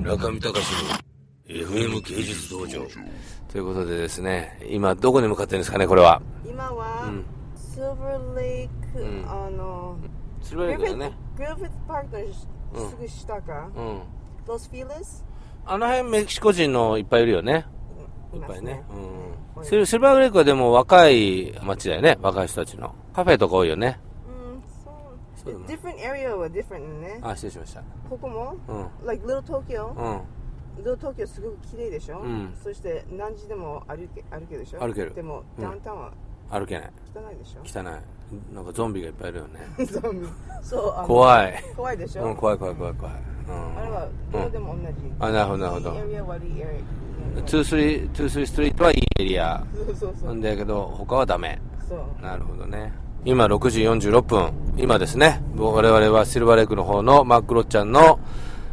中見隆の FM 芸術道場。ということでですね、今どこに向かってるんですかね、これは。今は、うんシルバーレイク、うんあのスルバレイクだよね。グルーフィッツパークうのんすぐ下か、うん。ロスフィーレスあの辺メキシコ人のいっぱいいるよね。いいっまぱすいね。う多ん。いシルシルバーレイクはでも若い街だよね、若い人たちの。カフェとか多いよね。うんそそううだね different area は different ねあ、失礼しました。ここもうん。 like little Tokyo うん。 little Tokyo すごく綺麗でしょ、うんそして何時でも歩け歩けるでしょ歩けるでもうんダウンタウンは歩けない。汚いでしょ、 汚い。なんかゾンビがいっぱいいるよね。ゾンビそうあの怖い。怖いでしょ、うん、怖い怖い怖い怖い。うあれん。はどうでも同じ、あ、なるほどなるほどいい。エリア悪いエリア2-3、2-3ストリートはいいエリア。そうそうそなうんだけど、他はダメ。そうなるほどね。今6時46分。今ですね、我々はシルバーレイクの方のマックロッちゃんの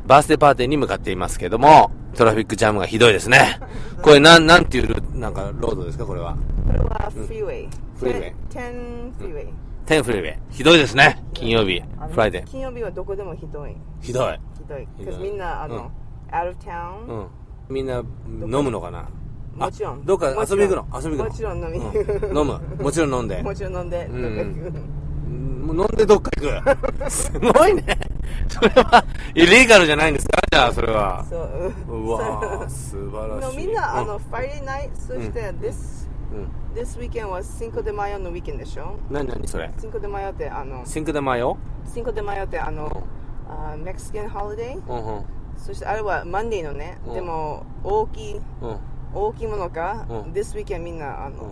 バースデーパーティーに向かっていますけども、トラフィックジャムがひどいです ね。これなん、なんていうルーなんかロードですかこれは。これはフリーウェイ。フリーウェイ10フリーウェイ。テンフリーウェイ。ひどいですね。金曜日。フライデー。金曜日はどこでもひどい。ひどい。ひどい。ひどい 'Cause みんな、あの、out of town、うん。みんな飲むのかなもちろん。あどっかもち遊ろんび行くの遊び行くのもちろん飲み、うん 飲む。もちろん飲んで。もちろん飲んで、うんどっか行く。 うんもう飲んでどっか行く。すごいね。それは、イリーガルじゃないんですかじゃあ、それは。 そう。うわー、素晴らのしい。みんな、あうの、ファイリーナイト、そして、this、うん。 this weekend は Cinco de Mayo のウィーケンでしょ何何それ ?Cinco de Mayo って、あの、シンクダマヨ Cinco de Mayo って、あの、あメキシカンホリデーうんうん。そしてあれはマンデーのね、うんでも大きういん。大きいものか、うん This weekend みんなあの、うん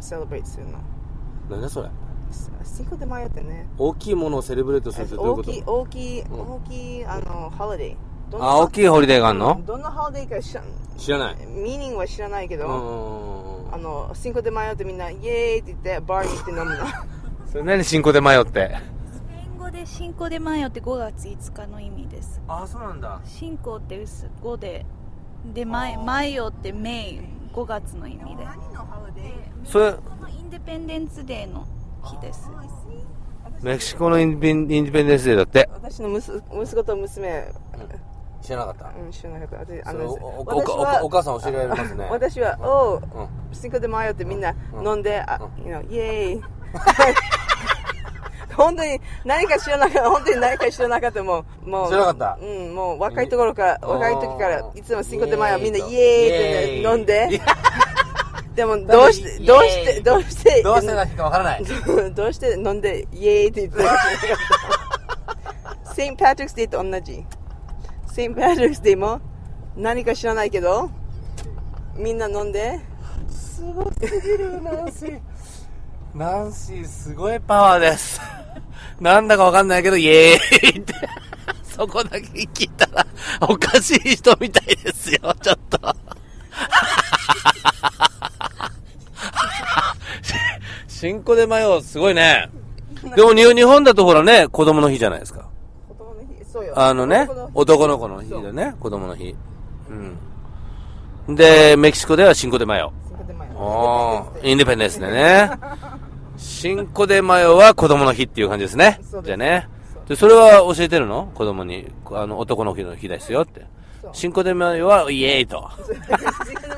セレブレイトするの。何だそれシンコで迷ってね。大きいものをセレブレートするってどうい大うこきいと大きいん大きいあのハロデー。どんなあ、大きいホリデーがあんのどんなハロデーか知らん。知らない。ミーニングは知らないけうんど、うんうんあのシンコで迷ってみんなイエーイって言ってバーに行って飲む の。それ何シンクダマヨって。スペイン語で「信仰でマヨ」って5月5日の意味ですあ、そうなんだ。信仰って5ででマイマヨってメイ5月の意味でのハロデそれ、このインデペンデンスデーの日ですメキシコのインディンインディペンデンスデーだって。私の息息子と娘、知らなかっうん、知らなかった。私あた。それおのおお私はおお母さん教えられますね。私は、おううん。シンコでマヨってみんなうん飲んで、あ、you know イエーイ。本当に何か知らなかった、本当に何か知らなかったもう、もう、知らなかったうん、もう若いところから、若い時から、いつもシンコでマヨみんなイエーイって飲んイエで、ーイでもどうしイエーて、イどうして、どどうして、うしてなきかわからない。 どうして飲んでイエーイって 言ってなかった。セイント・パトリックスデーと同じ。セイント・パトリックスデーも何か知らないけど、みんな飲んで、すごすぎるナンシーナンシーすごいパワーです なんだかわかんないけどイエーイって そこだけ聞いたらおかしい人みたいですよちょっと 新子で迷うすごいねでもに日本だとほらね子供の日じゃないですか子供の日そうよあのね男の、日男の子の日だね、子供の日。うん。で、メキシコではシンコでマヨ。そうで前おー、インディペンデンスでね。シンコでマヨは子供の日っていう感じですねそう。ですじゃあねそう。で、それは教えてるの子供に。あの、男の日の日ですよってそ。うシンコでマヨはイエーイと。 自分の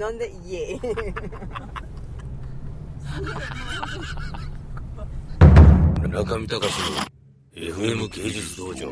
前飲んでイエーイ中見隆の FM 芸術道場。